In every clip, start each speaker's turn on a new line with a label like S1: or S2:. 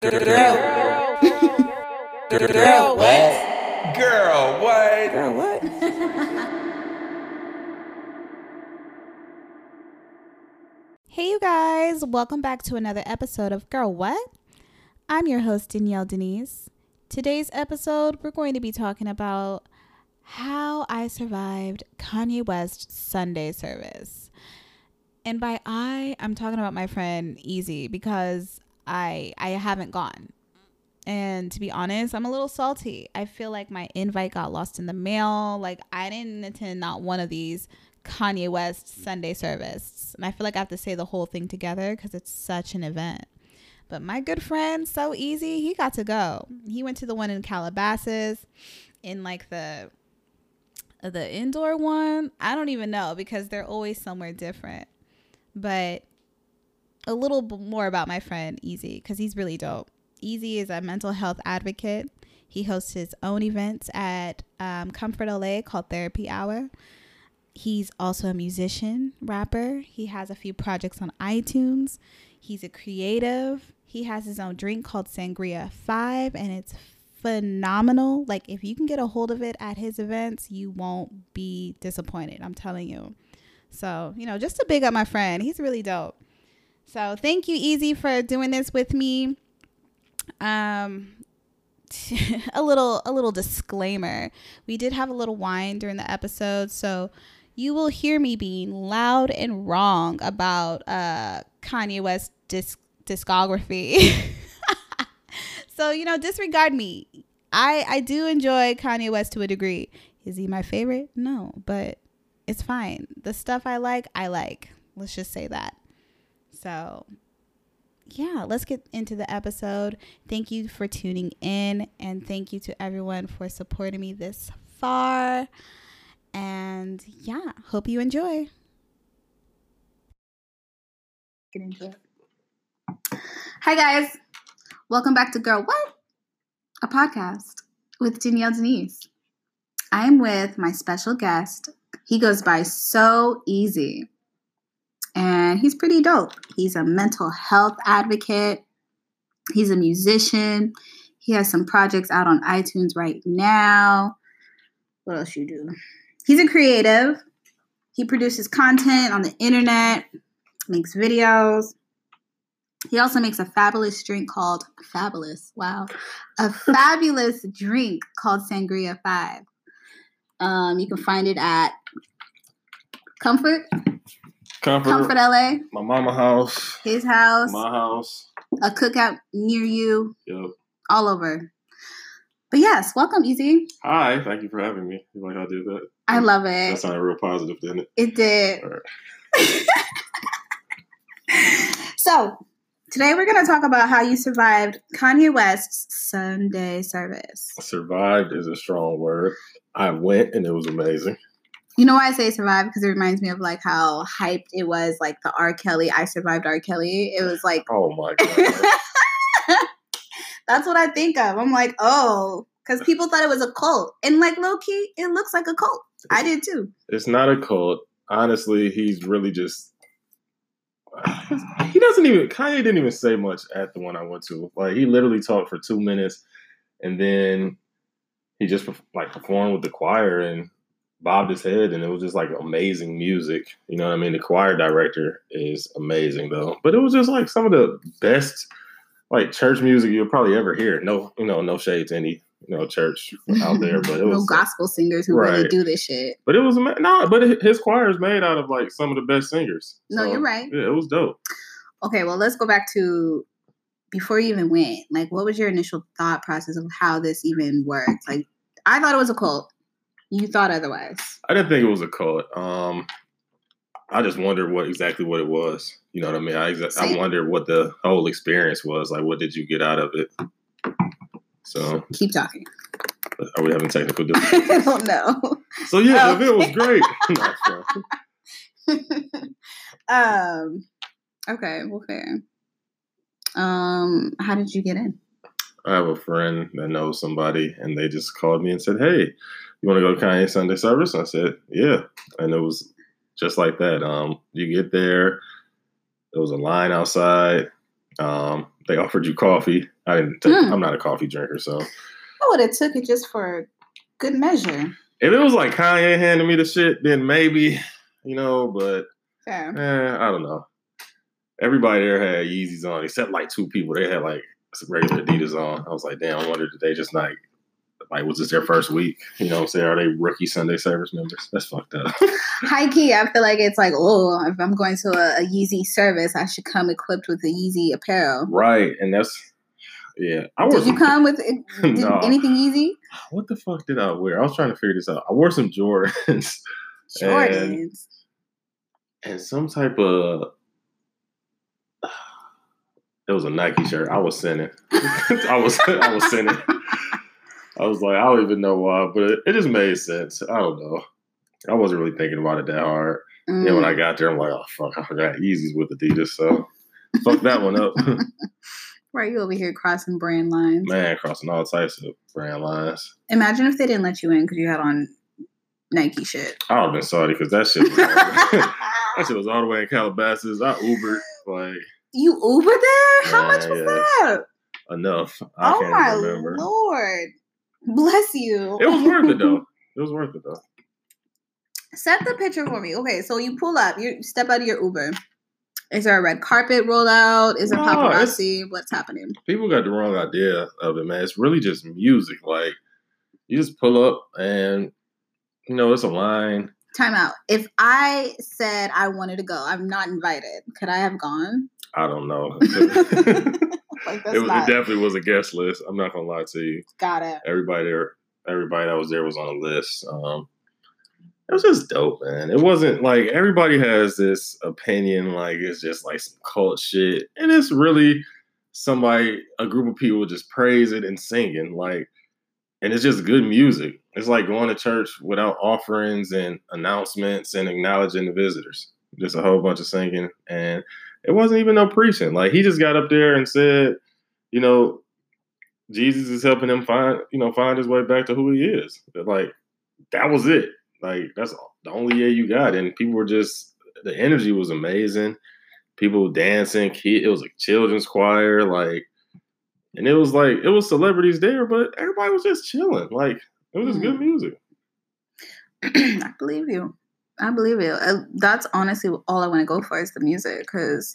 S1: Girl, girl, girl, girl, what?
S2: Girl, what?
S1: Girl, what?
S3: Hey, you guys, welcome back to another episode of Girl What? I'm your host, Danielle Denise. Today's episode, we're going to be talking about how I survived Kanye West's Sunday service. And by I, I'm talking about my friend Easy because I I haven't gone. And to be honest, I'm a little salty. I feel like my invite got lost in the mail. Like I didn't attend not one of these Kanye West Sunday service. And I feel like I have to say the whole thing together because it's such an event. But my good friend, so easy, he got to go. He went to the one in Calabasas in like the the indoor one. I don't even know because they're always somewhere different. But a little b- more about my friend Easy because he's really dope. Easy is a mental health advocate. He hosts his own events at um, Comfort LA called Therapy Hour. He's also a musician, rapper. He has a few projects on iTunes. He's a creative. He has his own drink called Sangria 5, and it's phenomenal. Like, if you can get a hold of it at his events, you won't be disappointed. I'm telling you. So, you know, just to big up my friend, he's really dope. So, thank you, Easy, for doing this with me. Um, a little a little disclaimer. We did have a little wine during the episode, so you will hear me being loud and wrong about uh Kanye West disc- discography. so, you know, disregard me. I I do enjoy Kanye West to a degree. Is he my favorite? No, but it's fine. The stuff I like, I like. Let's just say that. So, yeah, let's get into the episode. Thank you for tuning in and thank you to everyone for supporting me this far. And yeah, hope you enjoy. Get into it. Hi guys. Welcome back to Girl What? A podcast with Danielle Denise. I'm with my special guest. He goes by So Easy and he's pretty dope. He's a mental health advocate, he's a musician. He has some projects out on iTunes right now. What else you do? He's a creative. He produces content on the internet, makes videos. He also makes a fabulous drink called Fabulous. Wow. A fabulous drink called Sangria 5. Um, you can find it at Comfort,
S2: Comfort,
S3: Comfort LA,
S2: my mama house,
S3: his house.
S2: my house.
S3: a cookout near you,
S2: Yep.
S3: all over. But yes, welcome, Easy.
S2: Hi, thank you for having me. You like how I did that?
S3: I love
S2: That
S3: it.
S2: sounded real positive, didn't it?
S3: It did.
S2: All right.
S3: So today we're going to talk about how you survived Kanye West's Sunday service.
S2: Survived is a strong word. I went and it was amazing.
S3: You know why I say survive? Because it reminds me of like how hyped it was, like the R. Kelly, I survived R. Kelly. It was like,
S2: Oh my god.
S3: that's what I think of. I'm like, oh, because people thought it was a cult. And like low key, it looks like a cult. I did too.
S2: it's not a cult. Honestly, he's really just. He doesn't even. Kanye didn't even say much at the one I went to. Like he literally talked for two minutes, and then he just like performed with the choir and bobbed his head, and it was just like amazing music. You know what I mean? The choir director is amazing though, but it was just like some of the best like church music you'll probably ever hear. No, you know, no shade to any you know church out there, but it
S3: no
S2: was
S3: gospel singers who really
S2: Right.
S3: do this shit.
S2: but it was ama- no, but hi- his choir is made out of like some of the best singers.
S3: No,
S2: So,
S3: you're right.
S2: Yeah, it was dope.
S3: Okay, well, let's go back to before you even went. Like, what was your initial thought process of how this even worked? Like, I thought it was a cult. You thought otherwise.
S2: I didn't think it was a cult. Um, I just wondered what exactly what it was. You know what I mean? I exa- I
S3: Same.
S2: wondered what the whole experience was. Like, what did you get out of it? So,
S3: Keep talking.
S2: are we having technical difficulties?
S3: I don't know.
S2: So yeah,
S3: Oh,
S2: the event was great. No, I'm sorry.
S3: um, okay, well, fair. Um, how did you get in?
S2: I have a friend that knows somebody, and they just called me and said, "Hey, you want to go to Kanye Sunday service?" I said, "Yeah," and it was just like that. Um, you get there, there was a line outside. Um, they offered you coffee. I didn't. Take,
S3: Mm.
S2: I'm not a coffee drinker, so
S3: I would have took it just for good measure.
S2: if it was like Kanye handing me the shit, then maybe you know. But
S3: Yeah.
S2: eh, I don't know. Everybody there had Yeezys on, except like two people. They had like some regular Adidas on. I was like, damn. I wonder did they just like. Like, was this their first week? You know what I'm saying? Are they rookie Sunday service members? That's fucked up.
S3: High key, I feel like it's like, oh, if I'm going to a, a Yeezy service, I should come equipped with a Yeezy apparel.
S2: right. And that's, yeah. I wore
S3: Did
S2: some-
S3: you come with it- did
S2: No.
S3: anything Yeezy?
S2: What the fuck did I wear? I was trying to figure this out. I wore some Jordans
S3: Jordans.
S2: and some type of. It was a Nike shirt. I was sending. I was I was sending. I was like, I don't even know why, but it, it just made sense. I don't know. I wasn't really thinking about it that hard.
S3: Mm.
S2: Then when I got there, I'm like, oh fuck, I got Yeezys with Adidas, so fuck that one up.
S3: Right, you over here crossing brand lines.
S2: Man, crossing all types of brand lines.
S3: Imagine if they didn't let you in because you had on Nike shit.
S2: I would have been sorry because that shit was all- That shit was all the way in Calabasas. I Ubered like
S3: you Uber there? How much
S2: Yeah,
S3: was
S2: yeah.
S3: that?
S2: enough. I
S3: Oh
S2: can't
S3: my
S2: remember.
S3: lord. Bless you.
S2: It was worth it though. It was worth it though.
S3: Set the picture for me. Okay, so you pull up, you step out of your Uber. Is there a red carpet rollout? Is there
S2: No, it's-
S3: paparazzi? What's happening?
S2: People got the wrong idea of it, man. It's really just music. Like you just pull up and you know it's a line.
S3: Time out. If I said I wanted to go, I'm not invited. Could I have gone?
S2: I don't know. it,
S3: like that's
S2: was, it
S3: not
S2: definitely was a guest list. I'm not gonna lie to you.
S3: got it.
S2: Everybody there, everybody that was there was on a list. Um, it was just dope, man. It wasn't like everybody has this opinion, like it's just like some cult shit, and it's really somebody, a group of people just praise it and singing, like, and it's just good music. It's like going to church without offerings and announcements and acknowledging the visitors. Just a whole bunch of singing, and it wasn't even no preaching. Like he just got up there and said, you know, Jesus is helping him find, you know, find his way back to who he is. But, Like that was it. Like that's all- the only year you got, and people were just the energy was amazing. People dancing, kid. It was a children's choir, like, and it was like it was celebrities there, but everybody was just chilling. Like it was just good music.
S3: I believe you. I believe you. Uh, that's honestly all I want to go for is the music because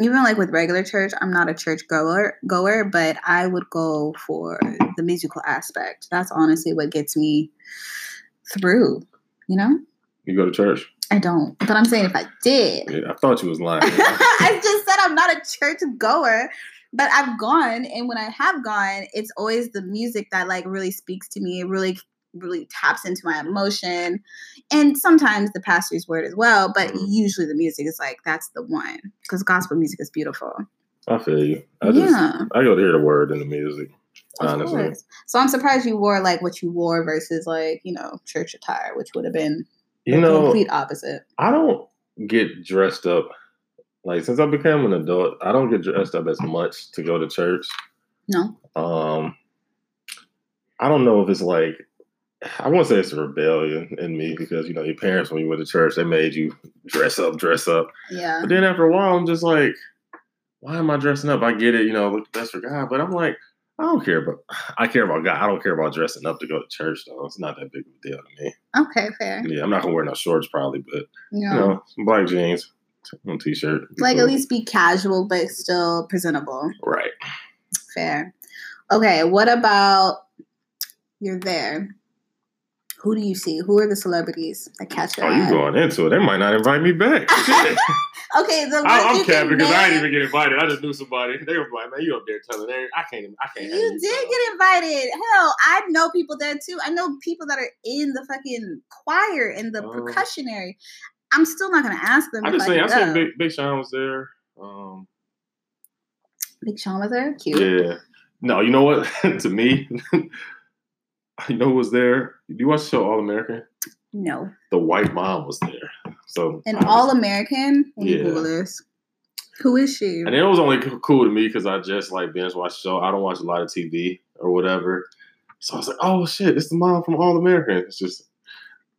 S3: even like with regular church, I'm not a church goer, goer, but I would go for the musical aspect. That's honestly what gets me through. You know,
S2: You go to church.
S3: I don't, but I'm saying if I did,
S2: Yeah, I thought you was lying.
S3: I just said I'm not a church goer, but I've gone, and when I have gone, it's always the music that like really speaks to me. It really, really taps into my emotion, and sometimes the pastor's word as well. But
S2: Mhm.
S3: usually the music is like that's the one because gospel music is beautiful.
S2: I feel you. I just
S3: yeah,
S2: I go to hear the word and the music.
S3: of
S2: Honestly,
S3: course. So I'm surprised you wore like what you wore versus like you know church attire, which would have been
S2: you
S3: the
S2: know,
S3: complete opposite.
S2: I don't get dressed up. Like since I became an adult, I don't get dressed up as much to go to church.
S3: No,
S2: Um I don't know if it's like I won't say it's a rebellion in me because you know your parents when you went to church they made you dress up, dress up.
S3: yeah,
S2: But then after a while I'm just like, why am I dressing up? I get it, you know, look the best for God, but I'm like, I don't care about I care about God. I don't care about dressing up to go to church though. It's not that big of a deal to me.
S3: okay, fair.
S2: Yeah, I'm not gonna wear no shorts probably, but
S3: Yeah.
S2: you know, some black jeans, one t-shirt.
S3: like at
S2: Cool.
S3: least be casual but still presentable
S2: right.
S3: fair okay what about you're there who do you see who are the celebrities that catch your
S2: Oh, you
S3: eye?
S2: going into it? They might not invite me back. Shit.
S3: okay the ones
S2: I,
S3: you
S2: I'm
S3: can
S2: capping because I didn't
S3: name-
S2: even get invited. I just knew somebody. They were like, "Man, you up there telling every- I can't. Even, I can't." have
S3: you did
S2: son."
S3: get invited. Hell, I know people there too. I know people that are in the fucking choir and the
S2: Oh.
S3: percussionary. I'm still not gonna ask them.
S2: I
S3: if
S2: just seen. I
S3: can
S2: seen
S3: go.
S2: Big, Big Sean was there. Um,
S3: Big Sean was there. Cute.
S2: yeah. No, you know what? to me, you know who was there? Do you watch the show All American?
S3: No,
S2: The white mom was there. So
S3: an
S2: I was-
S3: all American. Let me
S2: Yeah.
S3: Google this. Who is she?
S2: And it was only c- cool to me because I just like binge watch the show. I don't watch a lot of TV or whatever. So I was like, oh shit, it's the mom from All American. It's just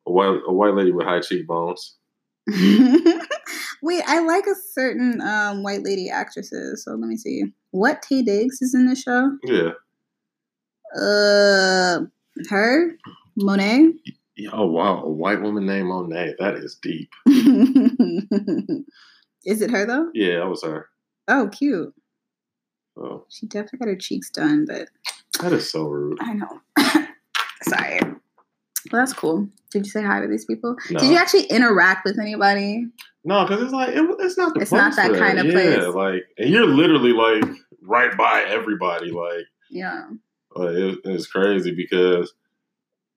S2: a white a white lady with high cheekbones.
S3: Wait, I like a certain um, white lady actresses. So let me see. What T Diggs is in this show?
S2: Yeah.
S3: Uh, her Monet.
S2: Yeah, Oh wow, a white woman named Monet. That is deep.
S3: is it her though?
S2: Yeah, that was her.
S3: Oh, cute.
S2: Oh,
S3: She definitely got her cheeks done, but
S2: that is so rude.
S3: I know. Sorry. Well, that's cool. Did you say hi to these people?
S2: No.
S3: Did you actually interact with anybody?
S2: No, because it's like it, it's not the
S3: It's
S2: place
S3: not that
S2: for
S3: kind of
S2: yeah,
S3: place.
S2: like and you're literally like right by everybody. Like,
S3: Yeah.
S2: like it, it's crazy because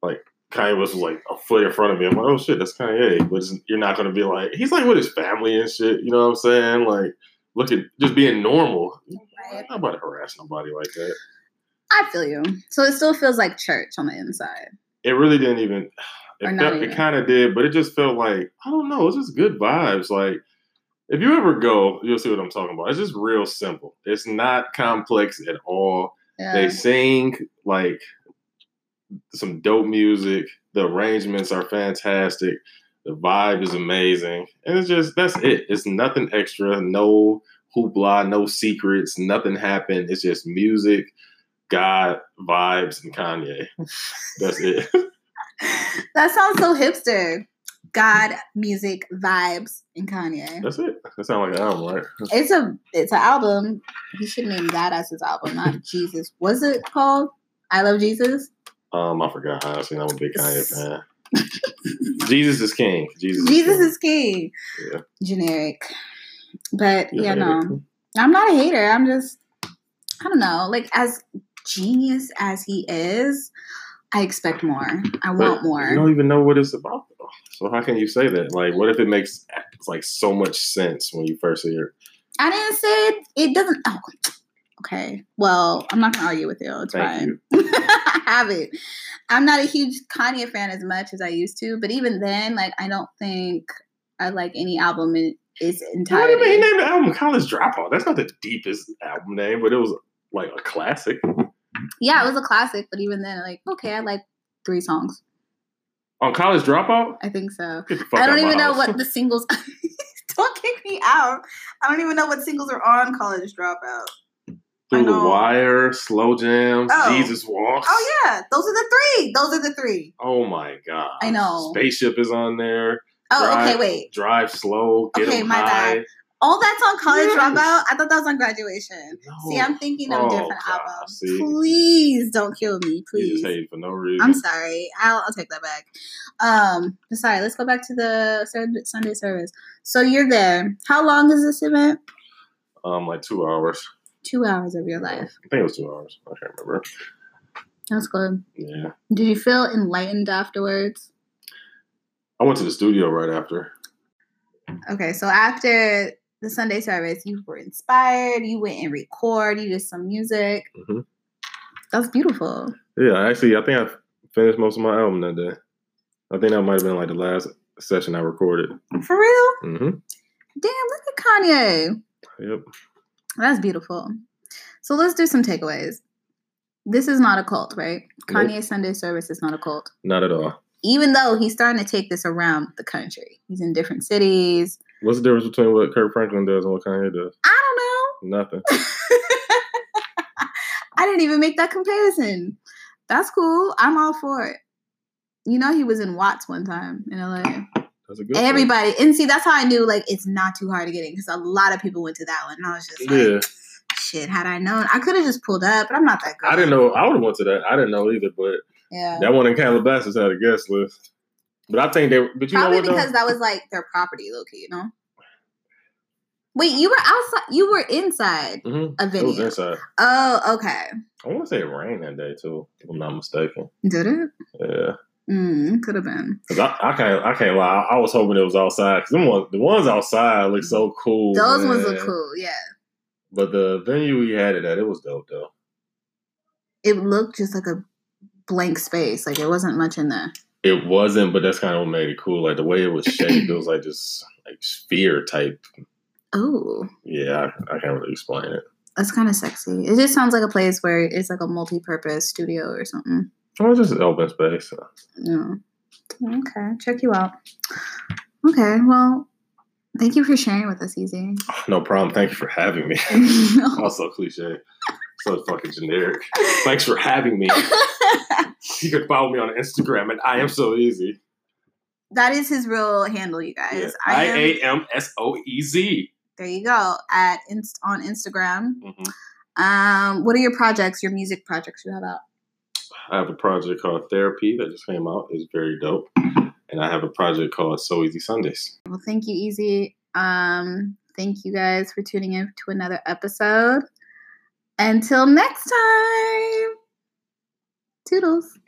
S2: like Kanye West was like a foot in front of me. I'm like, oh shit, that's Kanye. But it's, you're not gonna be like he's like with his family and shit. You know what I'm saying? Like looking just being normal.
S3: Right.
S2: I'm about to harass nobody like that.
S3: I feel you. So it still feels like church on the inside.
S2: It really didn't even.
S3: Or
S2: It,
S3: not
S2: felt- it
S3: even.
S2: kind of did, but it just felt like I don't know. It's just good vibes. Like if you ever go, you'll see what I'm talking about. It's just real simple. It's not complex at all.
S3: Yeah.
S2: They sing like some dope music. The arrangements are fantastic. The vibe is amazing. And it's just that's it. It's nothing extra, no hoopla, no secrets, nothing happened. It's just music, God, vibes, and Kanye. That's it.
S3: that sounds so hipster. God, music, vibes, and Kanye.
S2: That's it. That sounds like an album, right?
S3: It's a it's an album. He should name that as his album, not Jesus. Was it called I Love Jesus?
S2: Um, I forgot. Honestly, I'm a big Kanye fan. Jesus is king. Jesus,
S3: Jesus
S2: king.
S3: is king.
S2: Yeah.
S3: Generic. But
S2: You
S3: yeah,
S2: hate
S3: no.
S2: it?
S3: I'm not a hater. I'm just, I don't know. Like as genius as he is, I expect more. I want
S2: But
S3: more.
S2: You don't even know what it's about, though. So how can you say that? Like, what if it makes like so much sense when you first hear? it?
S3: I didn't say it, it doesn't. Oh, okay. Well, I'm not gonna argue with you. It's
S2: Thank
S3: fine.
S2: you.
S3: I have it. I'm not a huge Kanye fan as much as I used to, but even then, like I don't think I like any album in its
S2: What do you mean? He
S3: entirety.
S2: named the album "College Dropout." That's not the deepest album name, but it was like a classic.
S3: Yeah, it was a classic, but even then, like okay, I like three songs.
S2: On "College Dropout,"
S3: I think so.
S2: Get the fuck
S3: I
S2: out
S3: don't
S2: my
S3: even know
S2: house.
S3: what the singles. don't kick me out. I don't even know what singles are on College Dropout. I
S2: Through the
S3: know.
S2: Wire, Slow Jams,
S3: Oh.
S2: Jesus Walks.
S3: Oh yeah, those are the three. Those are the three.
S2: Oh my god.
S3: I know.
S2: Spaceship is on there.
S3: Oh,
S2: Right.
S3: okay, wait.
S2: Drive slow. Get
S3: Okay,
S2: 'em
S3: my
S2: high.
S3: bad. All that's on College
S2: Yes.
S3: Dropout. I thought that was on Graduation. See,
S2: No.
S3: I'm thinking of
S2: Oh,
S3: different
S2: God,
S3: albums.
S2: see.
S3: Please don't kill me,
S2: You just
S3: please.
S2: hate for no reason.
S3: I'm sorry. I'll, I'll take that back. Um, but sorry. Let's go back to the Sun- Sunday service. So you're there. How long is this event?
S2: Um, like two hours.
S3: Two hours of your life.
S2: I think it was two hours. I can't remember.
S3: That's good.
S2: Yeah.
S3: Did you feel enlightened afterwards?
S2: I went to the studio right after.
S3: Okay, so after the Sunday service, you were inspired. You went and record. You did some music.
S2: Mhm.
S3: That's beautiful.
S2: Yeah, actually, I think I finished most of my album that day. I think that might have been like the last session I recorded.
S3: For real?
S2: Mm-hmm.
S3: Damn, look at Kanye.
S2: Yep.
S3: That's beautiful. So let's do some takeaways. This is not a cult, right?
S2: Nope.
S3: Kanye's Sunday service is not a cult.
S2: Not at all.
S3: Even though he's starting to take this around the country. He's in different cities.
S2: What's the difference between what Kirk Franklin does and what Kanye does?
S3: I don't know.
S2: Nothing.
S3: I didn't even make that comparison. That's cool. I'm all for it. You know, he was in Watts one time in LA.
S2: That's a good. thing.
S3: Everybody, and see, that's how I knew like it's not too hard to get in because a lot of people went to that one. And I was just like,
S2: Yeah,
S3: shit, had I known, I could have just pulled up, but I'm not that good.
S2: I didn't know. I would have went to that. I didn't know either, but
S3: Yeah.
S2: that one in Calabasas had a guest list. But I think they. But you
S3: Probably
S2: know what?
S3: because
S2: Though?
S3: that was like their property, low key, you know? Wait, you were outside, you were inside
S2: Mhm.
S3: a
S2: It was
S3: venue.
S2: inside.
S3: Oh, okay.
S2: I want to say it rained that day too, if I'm not mistaken.
S3: Did it?
S2: Yeah,
S3: Mm, could have been.
S2: because I, I can't, I can't lie. I, I was hoping it was outside because one, the ones outside look so cool.
S3: Those ones look
S2: man.
S3: cool, yeah.
S2: But the venue we had it at, it was dope though.
S3: It looked just like a blank space. Like it wasn't much in there.
S2: It wasn't, but that's kind of what made it cool. Like the way it was shaped, it was like this like sphere type.
S3: Oh,
S2: Yeah, I, I can't really explain it.
S3: that's kind of sexy. It just sounds like a place where it's like a multi purpose studio or something.
S2: It was just an open space.
S3: Yeah. Okay, check you out. Okay, well, thank you for sharing with us, E Easy.
S2: No problem. Thank you for having me. also cliche. So fucking generic. Thanks for having me. You can follow me on Instagram and I am so easy.
S3: that is his real handle, you guys.
S2: Yeah.
S3: I
S2: I
S3: am,
S2: A M S O E Z.
S3: there you go at inst- on Instagram.
S2: Mhm.
S3: Um, what are your projects? Your music projects you have out?
S2: I have a project called Therapy that just came out. It's very dope. And I have a project called So Easy Sundays.
S3: Well, thank you, Easy. Um, thank you guys for tuning in to another episode. Until next time, toodles.